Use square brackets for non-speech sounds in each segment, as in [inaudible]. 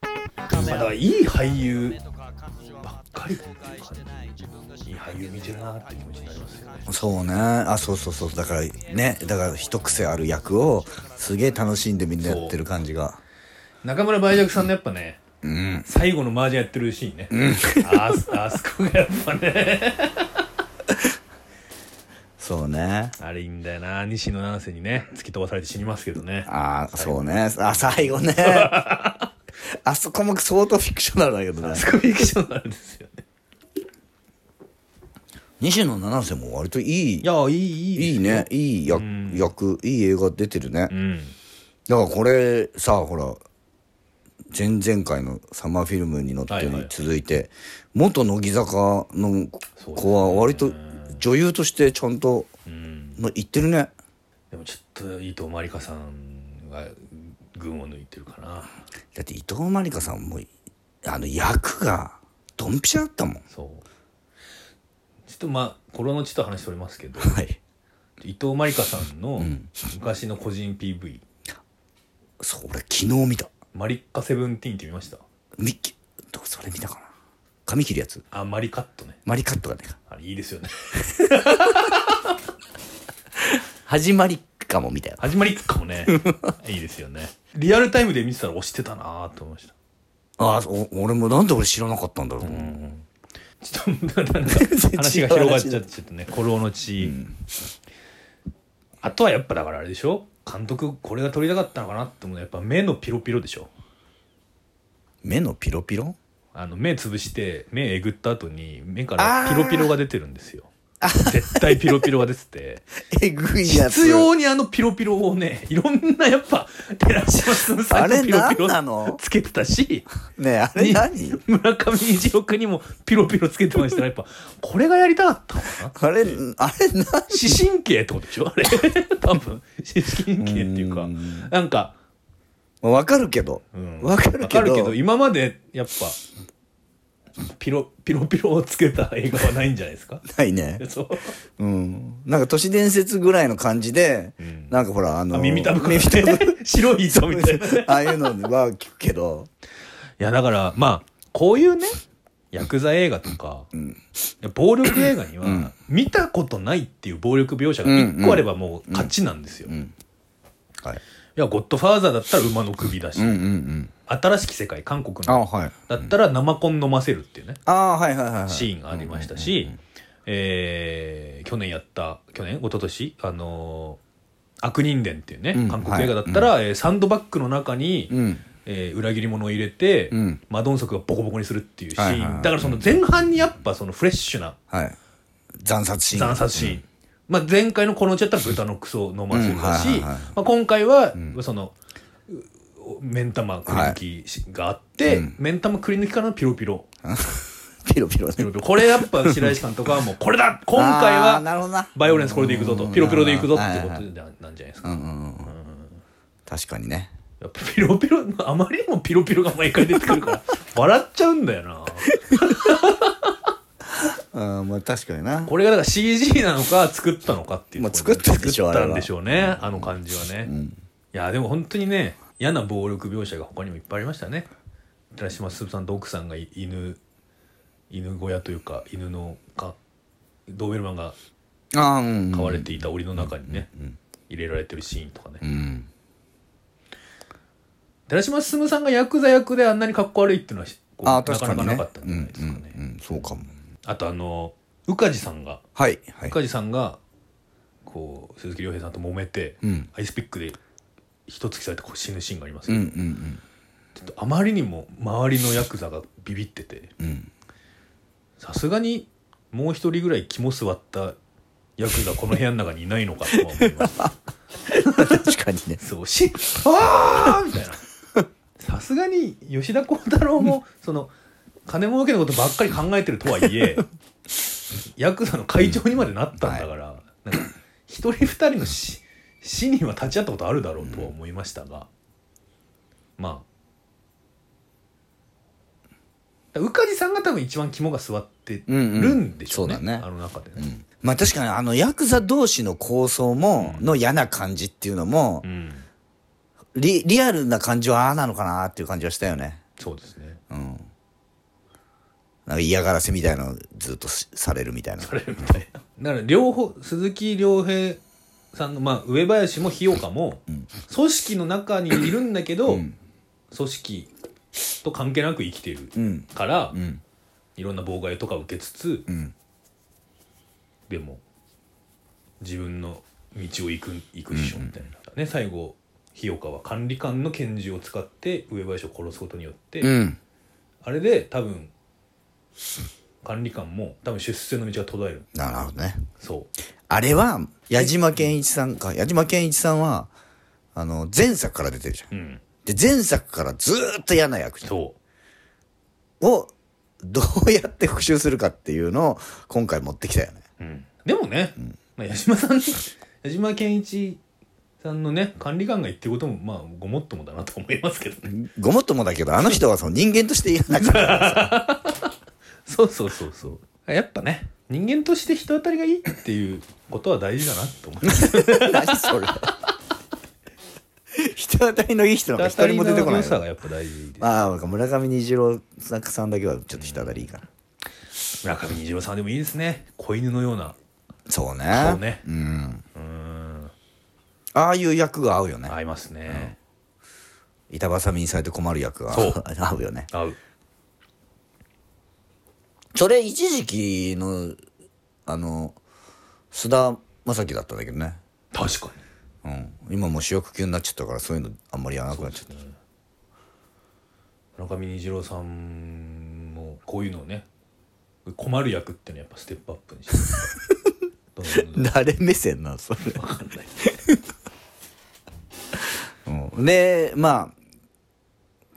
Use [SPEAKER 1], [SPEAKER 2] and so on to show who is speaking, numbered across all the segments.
[SPEAKER 1] まあだからいい俳優ばっかりっていうかいい俳優見てるなって気持ちになりますよね
[SPEAKER 2] そうねあそうそうそうだからねだから一癖ある役をすげえ楽しんでみんなやってる感じが
[SPEAKER 1] 中村梅若さんのやっぱね
[SPEAKER 2] うん
[SPEAKER 1] 最後のマージャンやってるシーンね、ああそこがやっぱね
[SPEAKER 2] そうね
[SPEAKER 1] あれいいんだよな西野七瀬にね突き飛ばされて死にますけどね
[SPEAKER 2] ああそうねあ最
[SPEAKER 1] [laughs]
[SPEAKER 2] 後ねあそこも相当フィクショナルだけどね
[SPEAKER 1] あそこフィクションなんですよね
[SPEAKER 2] 西野七瀬も割といい
[SPEAKER 1] やいい
[SPEAKER 2] いいねいい役役いい映画出てるね
[SPEAKER 1] うん
[SPEAKER 2] だからこれさほら前々回のサマーフィルムに載ってる
[SPEAKER 1] はいは
[SPEAKER 2] に
[SPEAKER 1] い
[SPEAKER 2] 続いて、元乃木坂の子は割と女優としてちゃんとの言ってるね
[SPEAKER 1] でもちょっと伊藤まりかさんが群を抜いてるかな
[SPEAKER 2] だって伊藤真理香さんもあの役がドンピシャだったもん
[SPEAKER 1] そうちょっとまあこれのちょっと話しておりますけど
[SPEAKER 2] はい
[SPEAKER 1] 伊藤まりかさんの昔の個人 PV
[SPEAKER 2] それ昨日見た
[SPEAKER 1] 「マリッカセブンティーン」って見ました
[SPEAKER 2] みっどそれ見たかな髪切るやつ
[SPEAKER 1] あマリカットね
[SPEAKER 2] マリカットがね
[SPEAKER 1] あれいいですよね
[SPEAKER 2] 始まりかもみたいな
[SPEAKER 1] 始まりっかもね [laughs] いいですよねリアルタイムで見てたら押してたなと思いました
[SPEAKER 2] ああお俺もなんで俺知らなかったんだろうと思う、
[SPEAKER 1] ちょっとなんか
[SPEAKER 2] 然違う
[SPEAKER 1] 話が広がっちゃってちょっとね古老の地、あとはやっぱだからあれでしょ監督これが撮りたかったのかなって思うのはやっぱ目のピロピロでしょ
[SPEAKER 2] 目のピロピロ
[SPEAKER 1] あの目潰して目えぐった後に目からピロピロが出てるんですよ絶対ピロピロが出てて
[SPEAKER 2] えぐいやつ
[SPEAKER 1] 必要にあのピロピロをねいろんなやっぱ寺島進さんのピロピ
[SPEAKER 2] あれ何なの
[SPEAKER 1] ロつけてたし
[SPEAKER 2] ねえあれ何
[SPEAKER 1] 村上虹郎君にもピロピロつけてましたからやっぱこれがやりたかったのかな
[SPEAKER 2] あれあれ何
[SPEAKER 1] 視神経ってことでしょあれ [laughs] 多分視神経っていうか
[SPEAKER 2] うん
[SPEAKER 1] なんか
[SPEAKER 2] まあわかるけど
[SPEAKER 1] うん
[SPEAKER 2] わ、かるけど
[SPEAKER 1] 今までやっぱピロピロピロをつけた映画はないんじゃないですか [laughs]
[SPEAKER 2] ないね
[SPEAKER 1] そう
[SPEAKER 2] うんなんか都市伝説ぐらいの感じで、
[SPEAKER 1] ん
[SPEAKER 2] なんかほらあの
[SPEAKER 1] あ耳たぶく
[SPEAKER 2] 耳たぶ
[SPEAKER 1] 白い糸みたいない
[SPEAKER 2] ああいうのは聞くけど
[SPEAKER 1] やだからまあこういうねヤクザ映画とか、暴力映画には、見たことないっていう暴力描写が1個あればもう勝ちなんですよ、い
[SPEAKER 2] はい
[SPEAKER 1] やゴッドファーザーだったら馬の首だし、
[SPEAKER 2] うんうんうん
[SPEAKER 1] 新しき世界韓国
[SPEAKER 2] あ
[SPEAKER 1] の
[SPEAKER 2] はい
[SPEAKER 1] だったら生コン飲ませるっていうね
[SPEAKER 2] あはいはいはい、はい、
[SPEAKER 1] シーンがありましたし、えー去年やった、去年一昨年あのー悪人伝っていうね、
[SPEAKER 2] うん
[SPEAKER 1] 韓国映画だったら、えーサンドバッグの中に、
[SPEAKER 2] うん
[SPEAKER 1] えー裏切り者を入れて、
[SPEAKER 2] うん
[SPEAKER 1] マドンソクがボコボコにするっていうシーン、
[SPEAKER 2] はいはいはい
[SPEAKER 1] だからその前半にやっぱそのフレッシュな
[SPEAKER 2] はい惨殺シーン
[SPEAKER 1] 惨殺シーン、まあ、前回のこのうちだったら豚のクソを飲ませるだし、
[SPEAKER 2] うんはいはいはい
[SPEAKER 1] まあ、今回はその、う目ん玉くり抜きしがあって、目ん玉くり抜きからのピロピロ
[SPEAKER 2] ピロピロね
[SPEAKER 1] ピロピロこれやっぱ白石監督は
[SPEAKER 2] [laughs]
[SPEAKER 1] もうこれだ今回
[SPEAKER 2] あーなるほど
[SPEAKER 1] は
[SPEAKER 2] な
[SPEAKER 1] バイオレンスこれでいくぞとピロピロでいくぞって
[SPEAKER 2] はいは
[SPEAKER 1] こ
[SPEAKER 2] いは
[SPEAKER 1] と
[SPEAKER 2] い
[SPEAKER 1] でななんじゃないです
[SPEAKER 2] う
[SPEAKER 1] か
[SPEAKER 2] んうんうん確かにね
[SPEAKER 1] やっぱピロピロあまりにもピロピロが毎回出てくるから
[SPEAKER 2] [laughs]
[SPEAKER 1] 笑っちゃうんだよな
[SPEAKER 2] あまあ確かにな
[SPEAKER 1] これがだから CG なのか作ったのかっていう
[SPEAKER 2] まあ
[SPEAKER 1] ところ
[SPEAKER 2] 作ったでしょ
[SPEAKER 1] 作っ
[SPEAKER 2] あれ
[SPEAKER 1] たん
[SPEAKER 2] は
[SPEAKER 1] でしょうねあの感じはねいやでも本当にね嫌な暴力描写が他にもいっぱいありましたね寺島進さんと奥さんがい犬犬小屋というか犬のかドーベルマンが
[SPEAKER 2] あーうん
[SPEAKER 1] 買われていた檻の中にね、入れられてるシーンとかね、
[SPEAKER 2] うん
[SPEAKER 1] 寺島進さんがヤクザ役であんなにかっこ悪いっていうのはこう
[SPEAKER 2] あー
[SPEAKER 1] な
[SPEAKER 2] 確
[SPEAKER 1] か
[SPEAKER 2] か
[SPEAKER 1] な
[SPEAKER 2] に
[SPEAKER 1] か
[SPEAKER 2] ね
[SPEAKER 1] なかったんじゃないですかね、
[SPEAKER 2] うんうんうんそうかも
[SPEAKER 1] あとあの宇梶さんが
[SPEAKER 2] はいはい
[SPEAKER 1] 宇梶さんがこう鈴木亮平さんと揉めて、
[SPEAKER 2] うん
[SPEAKER 1] アイスピックで一突きされてこう死ぬシーンがあります
[SPEAKER 2] う
[SPEAKER 1] け
[SPEAKER 2] ん
[SPEAKER 1] ど、
[SPEAKER 2] うん
[SPEAKER 1] ちょっとあまりにも周りのヤクザがビビってて
[SPEAKER 2] う
[SPEAKER 1] [laughs]
[SPEAKER 2] んうん
[SPEAKER 1] さすがにもう一人ぐらい肝据わったヤクザこの部屋の中にいないのかとは思います
[SPEAKER 2] 確かにね
[SPEAKER 1] そうし、あーみたいな。さすがに吉田鋼太郎も、その、金儲けのことばっかり考えてるとはいえ、ヤクザの会長にまでなったんだから、なんか、一人二人の死死には立ち会ったことあるだろうとは思いましたが、まあ、だ宇梶さんが多分一番肝が据わってるんでしょうね、
[SPEAKER 2] うんうんそうだね
[SPEAKER 1] あの中でね。
[SPEAKER 2] まあ確かにあのヤクザ同士の構想も、の嫌な感じっていうのも
[SPEAKER 1] う、ん、
[SPEAKER 2] リリアルな感じはああなのかなっていう感じはしたよね。
[SPEAKER 1] そうですね。
[SPEAKER 2] うん。なんか嫌がらせみたいなのずっとしされるみたいな。
[SPEAKER 1] されるみたいなだから両方鈴木亮平さんの、まあ、上林も日岡も、組織の中にいるんだけど、組織と関係なく生きてる
[SPEAKER 2] うん。
[SPEAKER 1] から、
[SPEAKER 2] うん。
[SPEAKER 1] いろんな妨害とか受けつつ
[SPEAKER 2] うん。
[SPEAKER 1] でも自分の道を行く行くでしょみたいな、ね最後日岡は管理官の拳銃を使って上林を殺すことによって、
[SPEAKER 2] うん。
[SPEAKER 1] あれで多分管理官も多分出世の道が途絶える
[SPEAKER 2] なるほどね。
[SPEAKER 1] そう
[SPEAKER 2] あれは、矢島健一さんか。矢島健一さんは、あの、前作から出てるじゃん。
[SPEAKER 1] うん、
[SPEAKER 2] で、前作からずーっと嫌な役者
[SPEAKER 1] そ
[SPEAKER 2] を、どうやって復讐するかっていうのを、今回持ってきたよね。
[SPEAKER 1] う、うん、でもね、まあ、矢島さん矢島健一さんのね管理官が言ってることもまあごもっともだなと思いますけどね
[SPEAKER 2] ごもっともだけど、あの人はその人間として嫌な役者。
[SPEAKER 1] そうそうそうそうやっぱね人間として人当たりがいいっていうことは大事だなと思います
[SPEAKER 2] 何それ。人当たりのいい人なんか一人も出てこな
[SPEAKER 1] 人当たりの良
[SPEAKER 2] い
[SPEAKER 1] さ
[SPEAKER 2] よ。
[SPEAKER 1] がやっぱ大事で
[SPEAKER 2] ああ、村上虹郎さんだけはちょっと人当たりいいから。
[SPEAKER 1] す村上虹郎さんでもいいですね子犬のような
[SPEAKER 2] そうね。
[SPEAKER 1] そうね
[SPEAKER 2] うん。
[SPEAKER 1] うーん
[SPEAKER 2] ああいう役が合うよね。
[SPEAKER 1] 合いますね、
[SPEAKER 2] 板挟みにされて困る役が
[SPEAKER 1] そう
[SPEAKER 2] [laughs] 合うよね。
[SPEAKER 1] 合う
[SPEAKER 2] それ一時期の、あの、菅田将暉だったんだけどね。
[SPEAKER 1] 確かに
[SPEAKER 2] うん。今もう主役級になっちゃったから、そういうのあんまりやらなくなっちゃった。
[SPEAKER 1] 村上虹郎さんもこういうのをね困る役ってのはやっぱステップアップにしてどんどん [laughs] どんどん
[SPEAKER 2] 誰目線なんそれ
[SPEAKER 1] わかんない
[SPEAKER 2] うんでまあ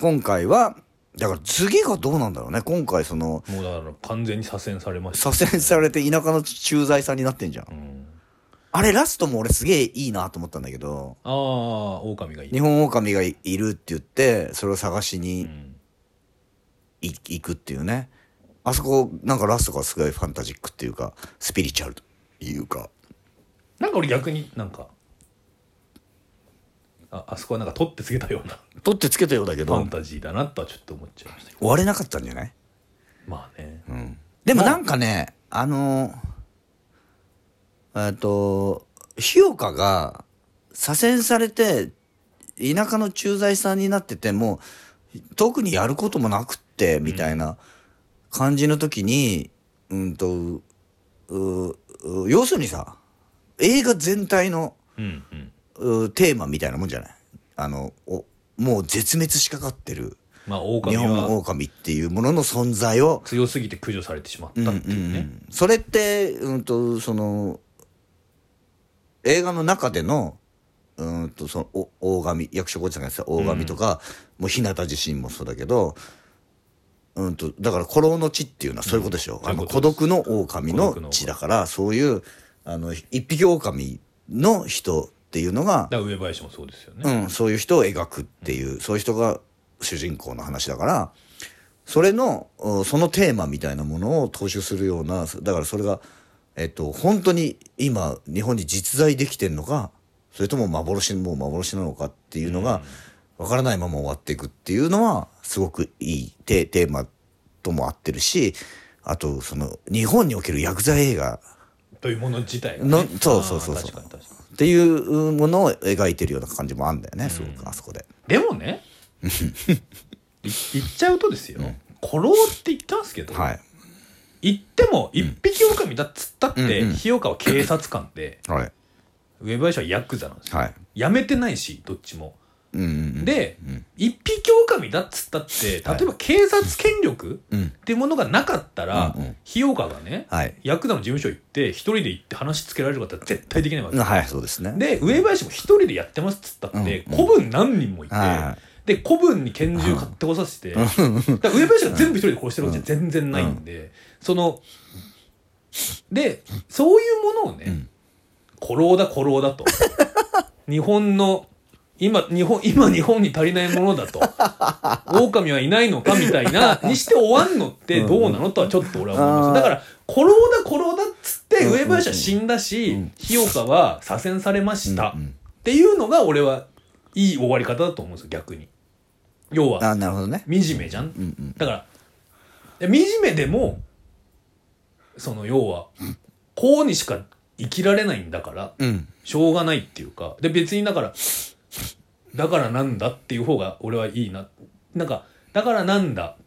[SPEAKER 2] 今回はだから次がどうなんだろうね今回その
[SPEAKER 1] もうだから完全に左遷されました
[SPEAKER 2] 左遷されて田舎の駐在さんになってんじゃん、
[SPEAKER 1] うん
[SPEAKER 2] あれラストも俺すげえいいなと思ったんだけど
[SPEAKER 1] ああ狼がいい
[SPEAKER 2] 日本狼がいいるって言ってそれを探しに
[SPEAKER 1] うん
[SPEAKER 2] い行、くっていうねあそこなんかラストがすごいファンタジックっていうかスピリチュアルというか
[SPEAKER 1] なんか俺逆になんかああそこはなんか取ってつけたような
[SPEAKER 2] 取ってつけたようだけ
[SPEAKER 1] ファ
[SPEAKER 2] ど
[SPEAKER 1] ンタジーだなとはちょっと思っちゃいましたけど
[SPEAKER 2] 終われなかったんじゃない
[SPEAKER 1] まあね
[SPEAKER 2] でもなんかね、あの、えっと、日岡が左遷されて、田舎の駐在さんになってても、特にやることもなくって、みたいな感じの時に、うんと、うう要するにさ、映画全体の
[SPEAKER 1] うんうん
[SPEAKER 2] うテーマみたいなもんじゃないあの、おもう絶滅しかかってる、
[SPEAKER 1] まあ
[SPEAKER 2] 日
[SPEAKER 1] 狼
[SPEAKER 2] 本
[SPEAKER 1] は
[SPEAKER 2] 狼っていうものの存在を、
[SPEAKER 1] 強すぎて駆除されてしまったっていうね
[SPEAKER 2] それって、うんと、その、映画の中での、うんと、その、お大神、役所広司さんがやってた大神とか、もう日向自身もそうだけど、うんと、だから、古老の地っていうのはそういうことでしょ。
[SPEAKER 1] うんそう
[SPEAKER 2] あ
[SPEAKER 1] い
[SPEAKER 2] の、
[SPEAKER 1] う
[SPEAKER 2] 孤
[SPEAKER 1] ことです
[SPEAKER 2] 独の狼
[SPEAKER 1] 孤独
[SPEAKER 2] の
[SPEAKER 1] の
[SPEAKER 2] 地だから、そういう、あの、一匹狼の人っていうのが、
[SPEAKER 1] だから上林もそうですよね
[SPEAKER 2] うん、そういう人を描くっていう、そういう人が主人公の話だから、それの、うんそのテーマみたいなものを踏襲するような、だからそれが、えっと、本当に今、日本に実在できてるのか、それとも幻、もう幻なのかっていうのが、わからないまま終わっていくっていうのは、すごくいいテテーマとも合ってるし、あと、その、日本における薬剤映画
[SPEAKER 1] というもの自体がね
[SPEAKER 2] の、そうそうそう
[SPEAKER 1] あー
[SPEAKER 2] そ
[SPEAKER 1] 確
[SPEAKER 2] う。
[SPEAKER 1] かに確かに
[SPEAKER 2] っていうものを描いてるような感じもあんだよね、すごく、あそこで。
[SPEAKER 1] でも
[SPEAKER 2] [laughs]
[SPEAKER 1] ねい言っちゃうとですよ「コローって言ったんですけど
[SPEAKER 2] はい。
[SPEAKER 1] 言っても一匹狼だっつったっ
[SPEAKER 2] う
[SPEAKER 1] て
[SPEAKER 2] んうん
[SPEAKER 1] 日岡は警察官で
[SPEAKER 2] はい。
[SPEAKER 1] 上林はヤクザなんですよ
[SPEAKER 2] はい。
[SPEAKER 1] やめてないしどっちも
[SPEAKER 2] うんうんうん。、
[SPEAKER 1] で
[SPEAKER 2] うん
[SPEAKER 1] 一匹狼だっつったって
[SPEAKER 2] はい
[SPEAKER 1] 例えば警察権力
[SPEAKER 2] うん。
[SPEAKER 1] っていうものがなかったら
[SPEAKER 2] うんうん
[SPEAKER 1] 日岡がね
[SPEAKER 2] はい。
[SPEAKER 1] ヤクザの事務所行って一人で行って話つけられる方は絶対できないわけ
[SPEAKER 2] うんはい、そうですね。
[SPEAKER 1] で上林も一人でやってますっつったって、
[SPEAKER 2] うん
[SPEAKER 1] 古文何人もいて、
[SPEAKER 2] は
[SPEAKER 1] で古文に拳銃買ってこさせて、だから上林が全部一人で殺してるわけじゃ全然ないんで、そのでそういうものをね、
[SPEAKER 2] うん
[SPEAKER 1] 古老だ古老だと [laughs] 日本の今日本今日本に足りないものだと狼はいないのかみたいなにして終わんのってどうなのとはちょっと俺は思いま
[SPEAKER 2] うん
[SPEAKER 1] すだから古老だ古老だっつって
[SPEAKER 2] うん
[SPEAKER 1] 上林は死んだし、
[SPEAKER 2] うん
[SPEAKER 1] 日岡は左遷されま
[SPEAKER 2] い。
[SPEAKER 1] した、
[SPEAKER 2] うんうん
[SPEAKER 1] っていうのが俺はいい終わり方だと思うんですよ逆に要は
[SPEAKER 2] あなるほどね
[SPEAKER 1] 惨めじゃん、
[SPEAKER 2] うんうん
[SPEAKER 1] だからいや惨めでもその要はこうにしか生きられないんだから
[SPEAKER 2] うん
[SPEAKER 1] しょうがないっていうかで別にだからだからなんだっていう方が俺はいいななんかだからなんだ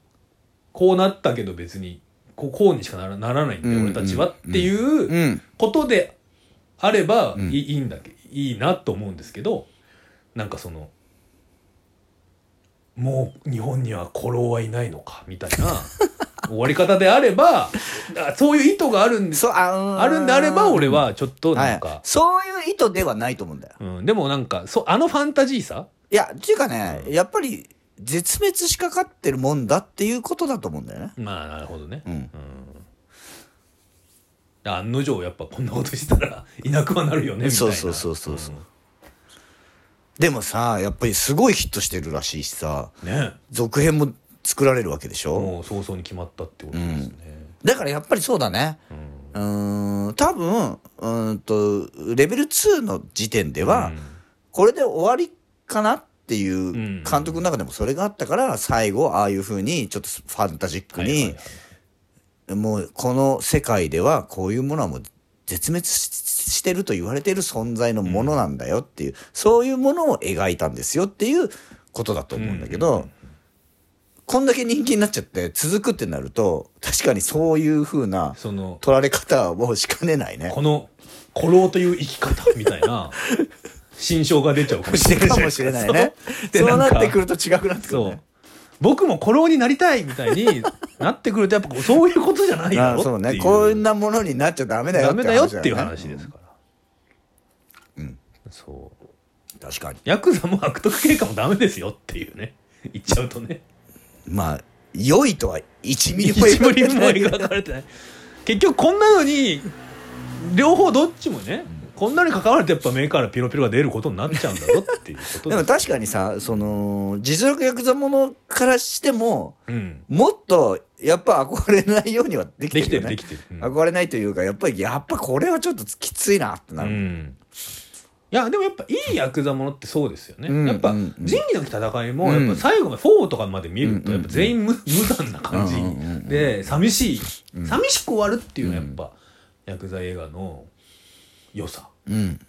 [SPEAKER 1] こうなったけど別にこうこうにしかならならないんだよ、
[SPEAKER 2] うん
[SPEAKER 1] 俺たちはっていう
[SPEAKER 2] う
[SPEAKER 1] うんことであればいい,、
[SPEAKER 2] うん
[SPEAKER 1] いいんだけいいなと思うんですけどなんかそのもう日本には古老はいないのかみたい
[SPEAKER 2] [laughs]
[SPEAKER 1] な終わり方であればあそういう意図があるんです
[SPEAKER 2] そうあ
[SPEAKER 1] あるんであれば俺はちょっと
[SPEAKER 2] は
[SPEAKER 1] ないんか、
[SPEAKER 2] そういう意図ではないと思うんだよ
[SPEAKER 1] うん、でもなんかそあのファンタジーさ
[SPEAKER 2] いやっていうかねやっぱり絶滅しかかってるもんだっていうことだと思うんだよね
[SPEAKER 1] まあなるほどね、
[SPEAKER 2] うん
[SPEAKER 1] うん案の定やっぱこんなことしたらいなくはなるよねみたいな
[SPEAKER 2] そうそうそうそうそうでもさやっぱりすごいヒットしてるらしいしさ
[SPEAKER 1] うんね
[SPEAKER 2] 続編も作られるわけでしょ
[SPEAKER 1] もう早々に決まったってことですね、
[SPEAKER 2] だからやっぱりそうだね
[SPEAKER 1] うん
[SPEAKER 2] うーん多分うーんとレベル2の時点では、これで終わりかなっていう監督の中でもそれがあったから最後ああいうふうにちょっとファンタジック
[SPEAKER 1] はいはいは
[SPEAKER 2] に
[SPEAKER 1] い
[SPEAKER 2] もうこの世界ではこういうものはもう絶滅ししてると言われている存在のものなんだよっていう、そういうものを描いたんですよっていうことだと思うんだけど、こんだけ人気になっちゃって続くってなると確かにそういうふうな
[SPEAKER 1] その
[SPEAKER 2] 取られ方をしかねないね。
[SPEAKER 1] この古老という生き方みたい
[SPEAKER 2] [laughs]
[SPEAKER 1] な心象が出ちゃうかもしれない [laughs]
[SPEAKER 2] かもしれないね。
[SPEAKER 1] そう
[SPEAKER 2] そうなってく
[SPEAKER 1] る
[SPEAKER 2] ると違くなってくる
[SPEAKER 1] そう
[SPEAKER 2] ね。
[SPEAKER 1] 僕も古老になりたいみたいに [laughs] なってくるとやっぱそういうことじゃないだ
[SPEAKER 2] あ
[SPEAKER 1] ろ
[SPEAKER 2] そう
[SPEAKER 1] って
[SPEAKER 2] ね。
[SPEAKER 1] いう
[SPEAKER 2] こんなものになっちゃダメだよ
[SPEAKER 1] ダメだよっていう
[SPEAKER 2] 話だ
[SPEAKER 1] 話ですから。
[SPEAKER 2] うん。
[SPEAKER 1] そう。
[SPEAKER 2] ね確かに。
[SPEAKER 1] ヤクザも悪徳警官もダメですよっていうね。言っちゃうとね。
[SPEAKER 2] まあ、良いとは1ミリ
[SPEAKER 1] 一
[SPEAKER 2] も
[SPEAKER 1] 無理
[SPEAKER 2] 言
[SPEAKER 1] も
[SPEAKER 2] われない。
[SPEAKER 1] 描かれてない。結局こんなのに、両方どっちもね、こんなに関わるとやっぱ目からピロピロが出ることになっちゃうんだろっていうこと
[SPEAKER 2] で
[SPEAKER 1] です。
[SPEAKER 2] も確かにさ、その、実力ヤクザものからしても、
[SPEAKER 1] うん。
[SPEAKER 2] もっと、やっぱ憧れないようにはできて
[SPEAKER 1] でき
[SPEAKER 2] る
[SPEAKER 1] て
[SPEAKER 2] よ
[SPEAKER 1] る
[SPEAKER 2] ね。
[SPEAKER 1] できてる。うん
[SPEAKER 2] 憧れないというか、やっぱり、やっぱこれはちょっときついなってな
[SPEAKER 1] う
[SPEAKER 2] る。
[SPEAKER 1] んいやでもやっぱいいヤクザものってそうですよね、
[SPEAKER 2] うん
[SPEAKER 1] やっぱ
[SPEAKER 2] うんうん
[SPEAKER 1] 仁義なき戦いも
[SPEAKER 2] う
[SPEAKER 1] や
[SPEAKER 2] ん
[SPEAKER 1] っぱ最後まで4とかまで見る
[SPEAKER 2] うんうんう
[SPEAKER 1] と
[SPEAKER 2] ん
[SPEAKER 1] やっぱ全員無,、無残な感じ
[SPEAKER 2] うんうんうんうん
[SPEAKER 1] で寂しい寂しく終わるっていうのはやっぱヤクザ映画の良さ
[SPEAKER 2] うん。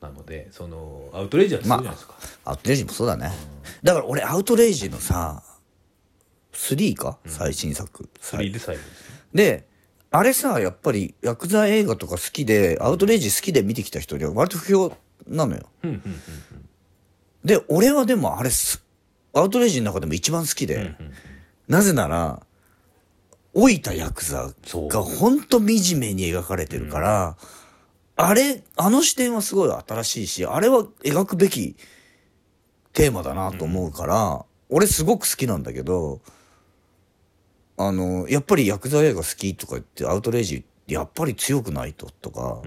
[SPEAKER 1] なのでそのアウトレイジはそうじゃないですか、
[SPEAKER 2] アウトレイジもそうだね。だから俺、アウトレイジのさ、3か最新作。
[SPEAKER 1] 3で最後ですね、
[SPEAKER 2] であれさやっぱりヤクザ映画とか好きでアウトレイジ好きで見てきた人には割と不評なのよ
[SPEAKER 1] うんうんうん
[SPEAKER 2] で俺はでもあれすアウトレイジの中でも一番好きで、なぜなら老いたヤクザ
[SPEAKER 1] そう
[SPEAKER 2] がほんと惨めに描かれてるから、あれあの視点はすごい新しいしあれは描くべきテーマだなと思うから、俺すごく好きなんだけどあのやっぱりヤクザ映画好きとか言ってアウトレイジやっぱり強くないととか、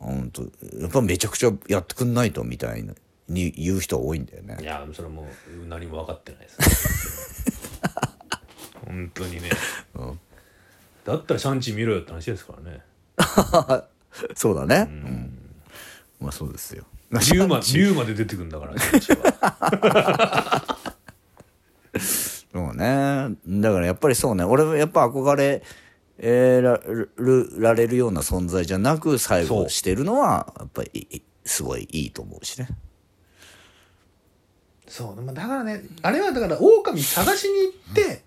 [SPEAKER 2] うん、とやっぱめちゃくちゃやってくんないとみたいなに言う人が多いんだよね
[SPEAKER 1] い。やそれはもう何も分かってないです [laughs] ね本当にね、
[SPEAKER 2] うん
[SPEAKER 1] だったらシャンチー見ろよって話ですからね
[SPEAKER 2] そうだね。うん。まあそうですよ。
[SPEAKER 1] 竜馬竜馬で出てくるんだからシャンチーは
[SPEAKER 2] そうね。だからやっぱりそうね。俺もやっぱ憧れ、えーらるられるような存在じゃなく最
[SPEAKER 1] そ
[SPEAKER 2] 後
[SPEAKER 1] う
[SPEAKER 2] してるのはやっぱりいいすごいいいと思うしね。
[SPEAKER 1] [laughs] そう、まあ、だからねあれはだから狼探しに行って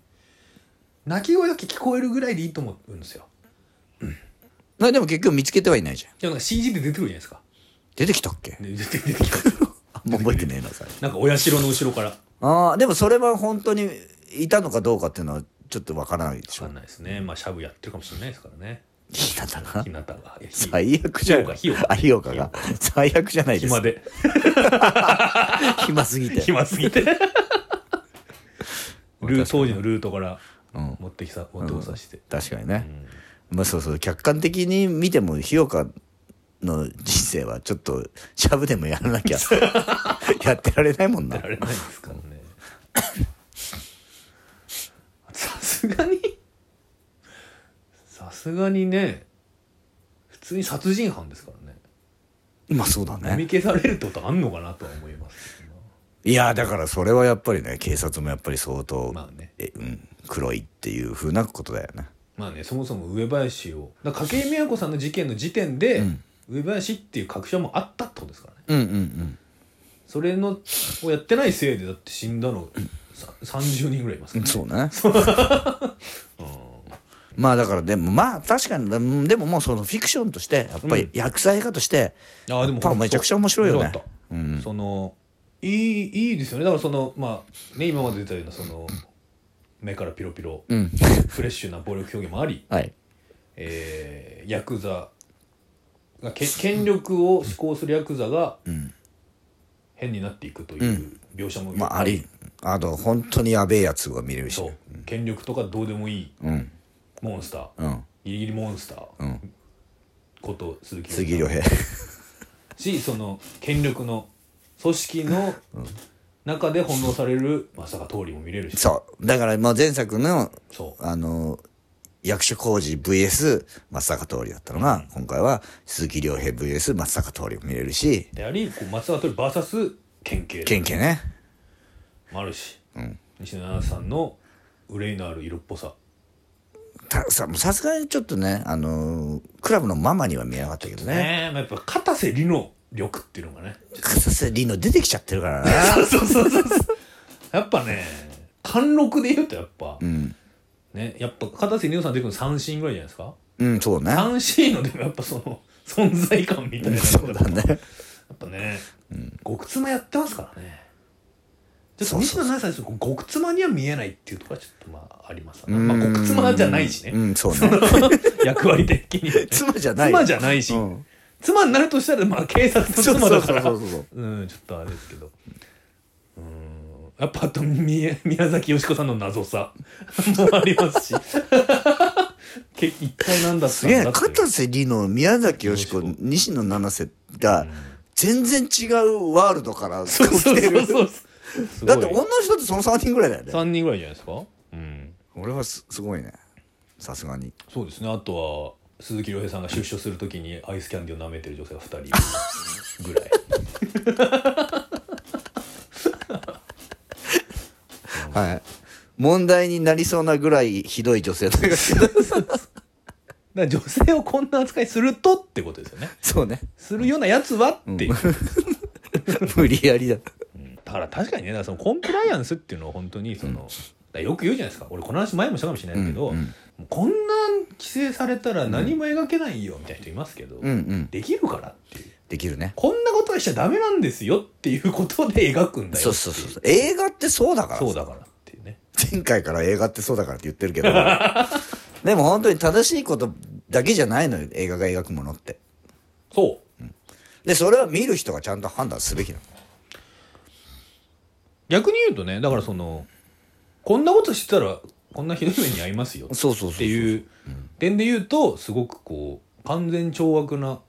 [SPEAKER 1] 鳴き声だけ聞こえるぐらいでいいと思うんですよ
[SPEAKER 2] なでも結局見つけてはいないじゃん。
[SPEAKER 1] でもなんか CG で出てくるじゃないですか
[SPEAKER 2] 出てきたっけ？
[SPEAKER 1] で出て出てきますよ
[SPEAKER 2] あんま覚えてねえなさい。
[SPEAKER 1] [laughs] なんかお社の後ろから
[SPEAKER 2] ああでもそれは本当にいたのかどうかっていうのはちょっとわからないでし
[SPEAKER 1] 分か
[SPEAKER 2] ょ。
[SPEAKER 1] んないですねまあシャブやってるかもしれないですからね
[SPEAKER 2] ひなたが
[SPEAKER 1] 日向がいやひ
[SPEAKER 2] 最悪じゃん。
[SPEAKER 1] ひよか
[SPEAKER 2] あひよかが最悪じゃないです
[SPEAKER 1] 暇
[SPEAKER 2] か。
[SPEAKER 1] で
[SPEAKER 2] 暇すぎて。
[SPEAKER 1] 暇す [laughs] ぎてルー
[SPEAKER 2] 確か
[SPEAKER 1] 当時のルートから
[SPEAKER 2] うん
[SPEAKER 1] 持ってきさ持ってこさして、
[SPEAKER 2] 確かにね、まあそうそう客観的に見ても日岡の人生はちょっとしゃぶでもやらなき [laughs] ゃやってられないもんな
[SPEAKER 1] やられないですからね [coughs] さすがにさすがにね普通に殺人犯ですからね
[SPEAKER 2] まあそうだ
[SPEAKER 1] 飲み
[SPEAKER 2] ね
[SPEAKER 1] 消されるってことあんのかなとは思いますけど
[SPEAKER 2] いやだからそれはやっぱりね警察もやっぱり相当、
[SPEAKER 1] まあね
[SPEAKER 2] えうん、黒いっていうふうなことだよね
[SPEAKER 1] まあねそもそも上林をだから筧美和子さんの事件の時点で、
[SPEAKER 2] うん
[SPEAKER 1] 上林っていう確証もあったってことですからね
[SPEAKER 2] うんうんうん
[SPEAKER 1] それのをやってないせいでだって死んだのさ30人ぐらいいますからね
[SPEAKER 2] そうね [laughs] まあだからでもまあ確かにうんでももうそのフィクションとしてやっぱり薬剤映画として、
[SPEAKER 1] あーでも
[SPEAKER 2] やっぱめちゃくちゃ面白いよね
[SPEAKER 1] 面白かったそのいいいいですよねだからそのまあね今まで出たようなその目からピロピロ、
[SPEAKER 2] ん
[SPEAKER 1] フレッシュな暴力表現もあり、
[SPEAKER 2] はい
[SPEAKER 1] えーヤクザがけ権力を施行するヤクザが変になっていくという描写も、
[SPEAKER 2] まあありあと本当にやべえやつが見れるし
[SPEAKER 1] そう権力とかどうでもいい
[SPEAKER 2] うん
[SPEAKER 1] モンスター、
[SPEAKER 2] うん
[SPEAKER 1] ギリギリモンスター、
[SPEAKER 2] うん
[SPEAKER 1] こと鈴木亮
[SPEAKER 2] 次良平
[SPEAKER 1] しその権力の組織の中で翻弄されるまさか通りも見れるし
[SPEAKER 2] [laughs] そうだからまあ前作の
[SPEAKER 1] そう
[SPEAKER 2] あの役所広司 VS 松坂桃李だったのが、今回は鈴木亮平 VS 松坂桃李も見れるし
[SPEAKER 1] でありこう松坂桃李 VS 県警
[SPEAKER 2] ケンケンね
[SPEAKER 1] もあるし、西野七瀬さんの憂いのある色っぽさ
[SPEAKER 2] たささすがにちょっとねあのクラブのママには見えなかったけどね
[SPEAKER 1] ねえ、まあ、やっぱ片瀬里の力っていうのがね
[SPEAKER 2] 笠瀬りの出てきちゃって
[SPEAKER 1] [laughs]
[SPEAKER 2] るからな
[SPEAKER 1] そうそうそうそうやっぱね貫禄で言うとやっぱ、
[SPEAKER 2] ん
[SPEAKER 1] ねやっぱ片瀬里乃さん出てくるの三振ぐらいじゃないですか
[SPEAKER 2] うんそうね
[SPEAKER 1] 三振のでもやっぱその存在感みたいな
[SPEAKER 2] そうだ
[SPEAKER 1] や
[SPEAKER 2] ね
[SPEAKER 1] っぱね、極妻やってますからね。ちょっと
[SPEAKER 2] そう
[SPEAKER 1] 西
[SPEAKER 2] そ
[SPEAKER 1] 野
[SPEAKER 2] う
[SPEAKER 1] 七瀬さん、極妻には見えないっていうところはちょっとまあありますわね。
[SPEAKER 2] うん
[SPEAKER 1] まあ極妻じゃないしね。
[SPEAKER 2] うんそうね
[SPEAKER 1] 役割的にはね。
[SPEAKER 2] 妻じゃ [laughs] な
[SPEAKER 1] [laughs]
[SPEAKER 2] い
[SPEAKER 1] 妻じゃないし
[SPEAKER 2] う。ん
[SPEAKER 1] 妻になるとしたら、まあ警察の妻だから。
[SPEAKER 2] そううそうそうそうそ
[SPEAKER 1] ん、ちょっとあれですけど。うん。やっぱあと宮宮崎美子さんの謎さもあり
[SPEAKER 2] [laughs]
[SPEAKER 1] ますし。け一体なんだっ
[SPEAKER 2] す
[SPEAKER 1] たん
[SPEAKER 2] げえ
[SPEAKER 1] だっていう
[SPEAKER 2] 片瀬りの宮崎美子西野七瀬が全然違うワールドから来
[SPEAKER 1] そうそう
[SPEAKER 2] て
[SPEAKER 1] そう
[SPEAKER 2] る
[SPEAKER 1] そう。 [laughs] すご
[SPEAKER 2] だ
[SPEAKER 1] い
[SPEAKER 2] って女の人ってその3人ぐらいだよね
[SPEAKER 1] 3人ぐらいじゃないですかうん。
[SPEAKER 2] 俺はすすごいねさすがに
[SPEAKER 1] そうですねあとは鈴木亮平さんが出所するときにアイスキャンディーを舐めてる女性が2人ぐら [laughs] い
[SPEAKER 2] はい問題になりそうなぐらいひどい女性だけ
[SPEAKER 1] [laughs]
[SPEAKER 2] ど
[SPEAKER 1] だから女性をこんな扱いするとってことですよね
[SPEAKER 2] そうね
[SPEAKER 1] するようなやつはっていう、
[SPEAKER 2] [laughs] 無理やりだ
[SPEAKER 1] だから確かにねだからそのコンプライアンスっていうのは本当にその、だからよく言うじゃないですか俺この話前もしたかもしれないけど、
[SPEAKER 2] うんうん
[SPEAKER 1] もうこんな規制されたら何も描けないよみたいな人いますけど、
[SPEAKER 2] うんうん
[SPEAKER 1] できるからっていう
[SPEAKER 2] できるね
[SPEAKER 1] こんなことはしちゃダメなんですよっていうことで描くんだよってい
[SPEAKER 2] そうそうそうそう映画ってそうだから
[SPEAKER 1] そうだからっていうね
[SPEAKER 2] 前回から映画ってそうだからって言ってるけ
[SPEAKER 1] [laughs]
[SPEAKER 2] どでも本当に正しいことだけじゃないのよ映画が描くものって
[SPEAKER 1] そう
[SPEAKER 2] でそれは見る人がちゃんと判断すべきなの
[SPEAKER 1] 逆に言うとねだからそのこんなことしてたらこんなひどい目に遭いますよっ
[SPEAKER 2] そうそうそう
[SPEAKER 1] ていう点で言うとすごくこう完全懲悪な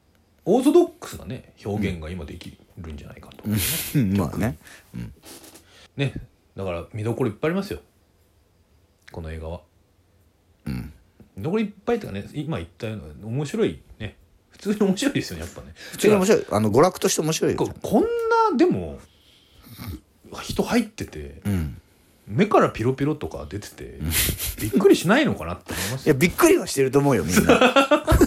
[SPEAKER 1] オーソドックスなね表現が今できるんじゃないかと、
[SPEAKER 2] うんまあね
[SPEAKER 1] ねだから見どころいっぱいありますよこの映画は、見どころいっぱいとかね今言ったような面白いね普通に面白いですよねやっぱね普
[SPEAKER 2] 普通に面白いあの娯楽として面白いよ
[SPEAKER 1] こんなでも人入ってて
[SPEAKER 2] うん
[SPEAKER 1] 目からピロピロとか出ててびっくりしないのかなって思いま
[SPEAKER 2] [laughs] い
[SPEAKER 1] す
[SPEAKER 2] や
[SPEAKER 1] よ
[SPEAKER 2] びっくりはしてると思うよみんなあ [laughs]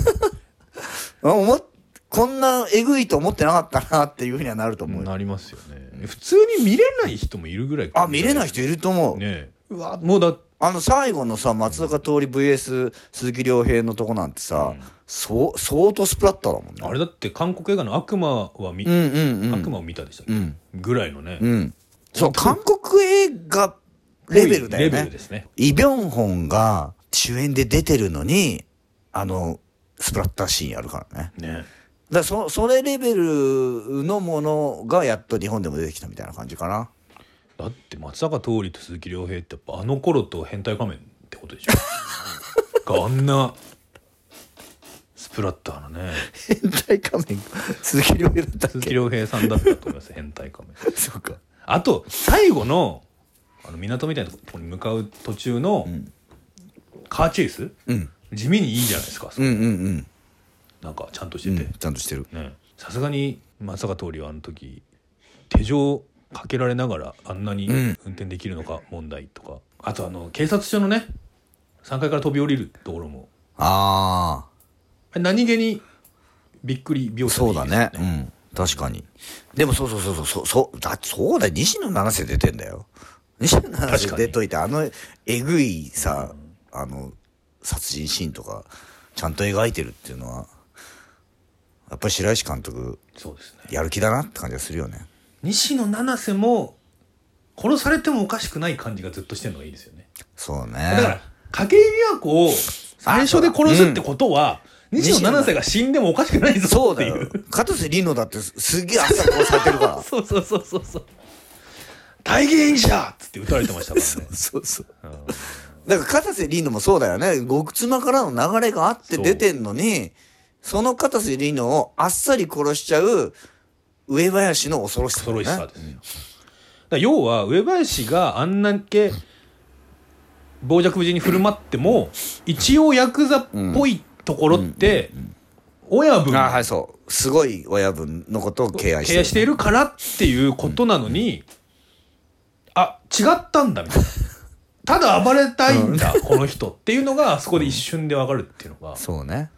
[SPEAKER 2] 思っこんなえぐいと思ってなかったなっていうふうにはなると思うよ
[SPEAKER 1] なりますよね普通に見れない人もいるぐらい
[SPEAKER 2] あ見れない
[SPEAKER 1] い
[SPEAKER 2] 人いると思う、
[SPEAKER 1] ねうわもうだ
[SPEAKER 2] あの最後のさ松坂桃李 VS 鈴木亮平のとこなんてさ、そう相当スプラッターだもんね
[SPEAKER 1] あれだって韓国映画の「悪魔は見、
[SPEAKER 2] うんうんうん
[SPEAKER 1] 悪魔を見た」でしたっけ、
[SPEAKER 2] うん
[SPEAKER 1] ぐらいのね、
[SPEAKER 2] うんそう韓国映画レベルだよ
[SPEAKER 1] レベル
[SPEAKER 2] ね
[SPEAKER 1] ですね
[SPEAKER 2] イ・ビョンホンが主演で出てるのにあのスプラッターシーンあるからね
[SPEAKER 1] ね
[SPEAKER 2] だからそそれレベルのものがやっと日本でも出てきたみたいな感じかな
[SPEAKER 1] だって松坂桃李と鈴木亮平ってやっぱあの頃と変態仮面ってこと
[SPEAKER 2] [laughs]
[SPEAKER 1] でしょがあんなスプラッターのね
[SPEAKER 2] 変態仮面 [laughs] 鈴木亮平だったっ
[SPEAKER 1] 鈴木
[SPEAKER 2] け [laughs]
[SPEAKER 1] 亮平さんだったと思います変態仮面
[SPEAKER 2] そうか
[SPEAKER 1] あと最後のあの港みたいなところに向かう途中のカーチェイス、
[SPEAKER 2] うん
[SPEAKER 1] 地味にいいじゃないですか、
[SPEAKER 2] うんうんうん
[SPEAKER 1] なんかちゃんとしてて、
[SPEAKER 2] ちゃんとしてる
[SPEAKER 1] ねさすがに松坂桃李はあの時手錠かけられながらあんなに運転できるのか問題とか、あとあの警察署のね3階から飛び降りるところも
[SPEAKER 2] あ
[SPEAKER 1] あれ何気にびっくり描
[SPEAKER 2] あ
[SPEAKER 1] 写でいい
[SPEAKER 2] そ
[SPEAKER 1] うで
[SPEAKER 2] だ
[SPEAKER 1] す
[SPEAKER 2] ねうん確かにでもそうそうそうそうそうそうだそうだよ西野七瀬出てんだよ西野七瀬
[SPEAKER 1] 確かに
[SPEAKER 2] 出といてあのえぐいさ、あの殺人シーンとかちゃんと描いてるっていうのはやっぱり白石監督
[SPEAKER 1] そうですね
[SPEAKER 2] やる気だなって感じがするよね
[SPEAKER 1] 西野七瀬も殺されてもおかしくない感じがずっとしてるのがいいですよね
[SPEAKER 2] そうね
[SPEAKER 1] だから筧美和子を最初で殺すってことは、
[SPEAKER 2] ん
[SPEAKER 1] 西野七瀬が死んでもおかしくないぞ
[SPEAKER 2] そう
[SPEAKER 1] って
[SPEAKER 2] だ
[SPEAKER 1] いう
[SPEAKER 2] よ片瀬里乃だってすすげえ朝殺されてるから
[SPEAKER 1] そうそうそうそうそう大芸者っつって撃たれてましたからね
[SPEAKER 2] そうそうだから片瀬リーノもそうだよね極妻からの流れがあって出てんのにその片瀬リーノをあっさり殺しちゃう上林の恐ろしさだ
[SPEAKER 1] 恐
[SPEAKER 2] よ
[SPEAKER 1] ろ
[SPEAKER 2] ね
[SPEAKER 1] しさですよ、だから要は上林があんなけ傍若無人に振る舞っても一応ヤクザっぽいところって親分
[SPEAKER 2] あはいそうすごい親分のことを敬愛して
[SPEAKER 1] 敬愛しているからっていうことなのに、あ違ったんだみ
[SPEAKER 2] [laughs]
[SPEAKER 1] たいなただ暴れたいんだ、この人っていうのがあそこで一瞬でわかるっていうのが
[SPEAKER 2] そうね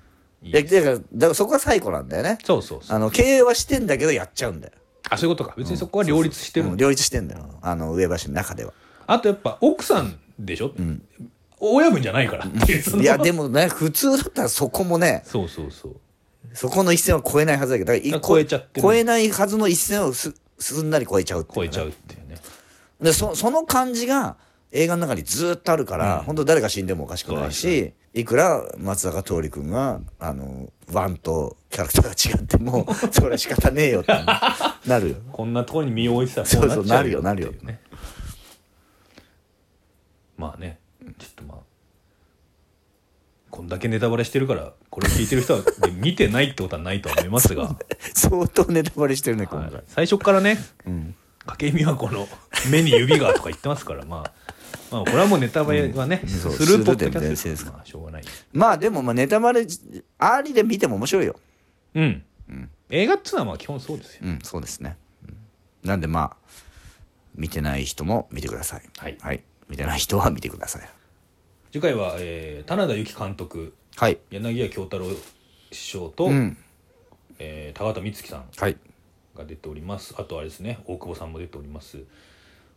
[SPEAKER 1] いい
[SPEAKER 2] いや
[SPEAKER 1] です
[SPEAKER 2] だからだからそこが最古なんだよね
[SPEAKER 1] そうそうそう
[SPEAKER 2] あの敬愛はしてんだけどやっちゃうんだよ
[SPEAKER 1] あそういうことか別にそこは両立してるんだ
[SPEAKER 2] うん両立してんだよあの上林の中では
[SPEAKER 1] あとやっぱ奥さんでしょ、親分じゃないからっていう [laughs] その
[SPEAKER 2] いやでもね普通だったらそこもね
[SPEAKER 1] そうそうそう
[SPEAKER 2] そこの一線は越えないはずだけどだからい
[SPEAKER 1] 超えちゃってる
[SPEAKER 2] 超えないはずの一線をすすんなり越えちゃうっていう
[SPEAKER 1] 超
[SPEAKER 2] ね
[SPEAKER 1] えちゃうっていうね
[SPEAKER 2] でそその感じが映画の中にずーっとあるから、本当誰が死んでもおかしくないしいくら松坂桃李君があのワンとキャラクターが違っ
[SPEAKER 1] [laughs]
[SPEAKER 2] てもそれは仕方ねえよって [laughs] なるよ
[SPEAKER 1] こんなところに身を置いてたら
[SPEAKER 2] そうそう
[SPEAKER 1] こっちゃ
[SPEAKER 2] なるよ
[SPEAKER 1] っていうねまあねちょっとまあこんだけネタバレしてるからこれを聞いてる人はで [laughs] 見てないってことはないとは思いますが、
[SPEAKER 2] 相当ネタバレしてるね今
[SPEAKER 1] はい
[SPEAKER 2] 回、
[SPEAKER 1] 最初からね
[SPEAKER 2] うん
[SPEAKER 1] 筧美和子の目に指がとか言ってますからまあまあこれはもうネタバレはね、
[SPEAKER 2] うんそう
[SPEAKER 1] するポッドキャス
[SPEAKER 2] す
[SPEAKER 1] ト
[SPEAKER 2] る
[SPEAKER 1] で
[SPEAKER 2] ですす
[SPEAKER 1] から、まあ、しょうがない
[SPEAKER 2] まあでもまあネタバレありで見ても面白いよ
[SPEAKER 1] うん、映画っつうのはまあ基本そうですよ、
[SPEAKER 2] うんそうですね、うんなんでまあ見てない人も見てください
[SPEAKER 1] はい
[SPEAKER 2] はい、見てない人は見てください
[SPEAKER 1] 次回は、えー、棚田由紀監督
[SPEAKER 2] はい
[SPEAKER 1] 柳家京太郎師匠と、
[SPEAKER 2] うん
[SPEAKER 1] えー、田畑充希さん
[SPEAKER 2] はい
[SPEAKER 1] が出ておりますあとあれですね大久保さんも出ております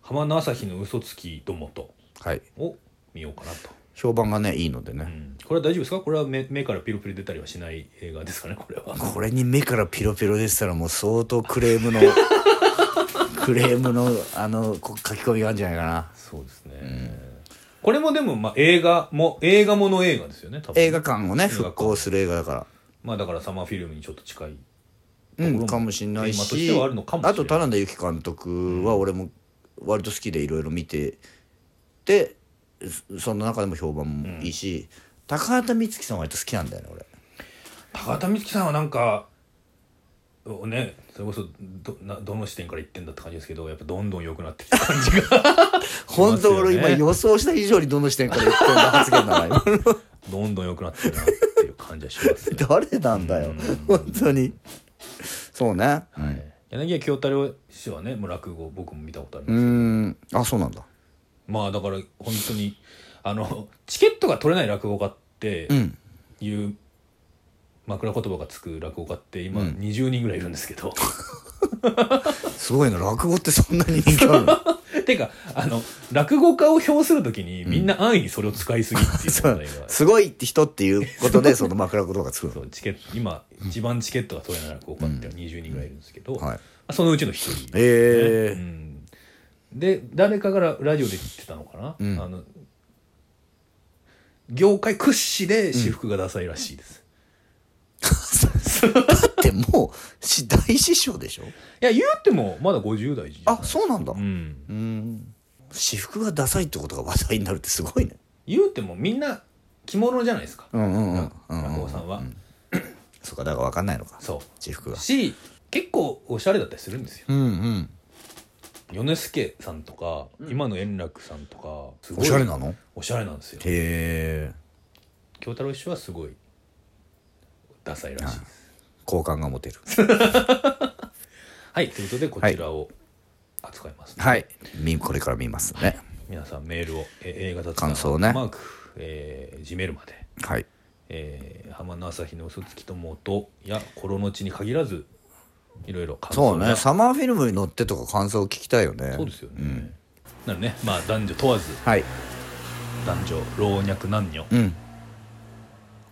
[SPEAKER 1] 浜の朝日の嘘つきどもと
[SPEAKER 2] はい
[SPEAKER 1] を見ようかなと、
[SPEAKER 2] 評判がねいいのでね、
[SPEAKER 1] うん、これは大丈夫ですかこれは目目からピロピロ出たりはしない映画ですかねこれは
[SPEAKER 2] これに目からピロピロでしたらもう相当クレー
[SPEAKER 1] [laughs]
[SPEAKER 2] ムのクレームのあのこ書き込みがあるんじゃないかな
[SPEAKER 1] そうですね、これもでも、まあ、映画も映画もの映画ですよね多分
[SPEAKER 2] 映画館をね
[SPEAKER 1] 映画館
[SPEAKER 2] 復興する映画だか
[SPEAKER 1] まあだからサマーフィルムにちょっと近い
[SPEAKER 2] ら
[SPEAKER 1] ところ
[SPEAKER 2] う
[SPEAKER 1] も
[SPEAKER 2] んかもしんない
[SPEAKER 1] テーマと
[SPEAKER 2] し
[SPEAKER 1] してはあるのかもしれない
[SPEAKER 2] あと田中由紀監督は俺も割と好きでいろいろ見ててそその中でも評判もいいし、高畑充希さんは割と好きなんだよね俺
[SPEAKER 1] 高畑充希さんはなんかおねそれこそどなどの視点から言ってんだって感じですけどやっぱどんどん良くなってきた感じが [laughs]
[SPEAKER 2] 本当俺今
[SPEAKER 1] いますよね
[SPEAKER 2] 予想した以上にどの視点から言ってんだ発言だな今
[SPEAKER 1] どんどん良くなってるなっていう感じはしますね
[SPEAKER 2] 誰なんだよ本当にそうね、
[SPEAKER 1] はい、柳家京太郎師匠はねもう落語僕も見たことあり
[SPEAKER 2] う
[SPEAKER 1] ます、
[SPEAKER 2] ーんあそうなんだ
[SPEAKER 1] まあだから本当にあのチケットが取れない落語家って
[SPEAKER 2] うん
[SPEAKER 1] いう、枕言葉がつく落語家って今
[SPEAKER 2] うん
[SPEAKER 1] 20人ぐらいいるんですけど、 [laughs]
[SPEAKER 2] すごいな落語ってそんなに人気あるの
[SPEAKER 1] ていうかあの落語家を評するときにみんな安易にそれを使いすぎっていう
[SPEAKER 2] そ
[SPEAKER 1] 問
[SPEAKER 2] う
[SPEAKER 1] 題が、
[SPEAKER 2] [laughs] すごいって人っていうこと [laughs] でその枕言葉がつく
[SPEAKER 1] そ
[SPEAKER 2] の
[SPEAKER 1] うチケット今一番チケットが取れない落語家っていうのは20人ぐらいいるんですけど、
[SPEAKER 2] はい
[SPEAKER 1] そのうちの一人、う
[SPEAKER 2] ええ
[SPEAKER 1] ん、で誰かからラジオで言ってたのかな、
[SPEAKER 2] うん
[SPEAKER 1] あの業界屈指で私服がダサいらしいです、
[SPEAKER 2] だってもうし大師匠でしょ
[SPEAKER 1] いや言うてもまだ50代じゃない
[SPEAKER 2] あそうなんだ
[SPEAKER 1] う、ん
[SPEAKER 2] うーん私服がダサいってことが話題になるってすごいね
[SPEAKER 1] 言うてもみんな着物じゃないですか
[SPEAKER 2] うんうんうんうん
[SPEAKER 1] 落語さんは、
[SPEAKER 2] そうかだから分かんないのか
[SPEAKER 1] そ
[SPEAKER 2] 私服
[SPEAKER 1] う
[SPEAKER 2] が
[SPEAKER 1] し結構おしゃれだったりするんですよ
[SPEAKER 2] うんうん
[SPEAKER 1] 米助さんとか、今の円楽さんとかすご
[SPEAKER 2] お
[SPEAKER 1] い
[SPEAKER 2] しゃれなのへ
[SPEAKER 1] おしゃれなんですよ
[SPEAKER 2] え
[SPEAKER 1] 京太郎師匠はすごいダサいらしいです
[SPEAKER 2] 好感が持てる
[SPEAKER 1] はいということでこちらを、扱います、
[SPEAKER 2] はいみこれから見ますね
[SPEAKER 1] 皆さんメールをえ映画雑談
[SPEAKER 2] 感想ね
[SPEAKER 1] マーク、えー、ジメルまで、
[SPEAKER 2] はい
[SPEAKER 1] えー、浜の朝日の嘘つきともとやコロの地に限らずいろいろ感
[SPEAKER 2] そうね
[SPEAKER 1] や
[SPEAKER 2] サマーフィルムに乗ってとか感想を聞きたいよね
[SPEAKER 1] そうですよね、なのでねまあ男女問わず
[SPEAKER 2] はい
[SPEAKER 1] 男女老若男女、
[SPEAKER 2] うん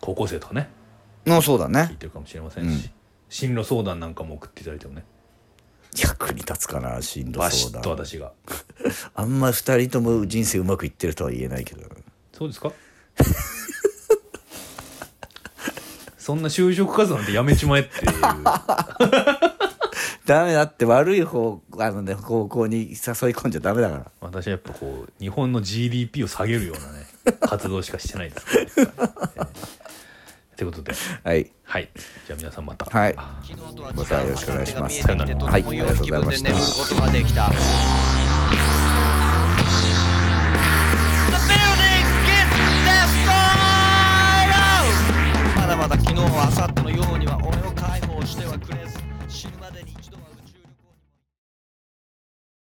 [SPEAKER 1] 高校生とかね
[SPEAKER 2] のそうだ
[SPEAKER 1] 聞い
[SPEAKER 2] ね
[SPEAKER 1] てるかもしれませんし、進路相談なんかも送っていただいてもね
[SPEAKER 2] 役に立つかなしんど
[SPEAKER 1] バシ
[SPEAKER 2] そう
[SPEAKER 1] ッ
[SPEAKER 2] だ
[SPEAKER 1] と私が
[SPEAKER 2] あんま二人とも人生うまくいってるとは言えないけど
[SPEAKER 1] そうで
[SPEAKER 2] [laughs]
[SPEAKER 1] すかそんな就職活動なんてやめちまえっていう
[SPEAKER 2] ダメだって悪い方あの、ね、方向に誘い込んじゃダメだから
[SPEAKER 1] 私はやっぱこう日本の GDP を下げるようなね活動しかしてないですから、ねえーということで
[SPEAKER 2] はい
[SPEAKER 1] はいじゃあ皆さんまた、
[SPEAKER 2] はい
[SPEAKER 3] 昨日とは違う
[SPEAKER 2] またよろしくお願いします
[SPEAKER 3] 朝が見えてきてとてもよい気分で眠ることができた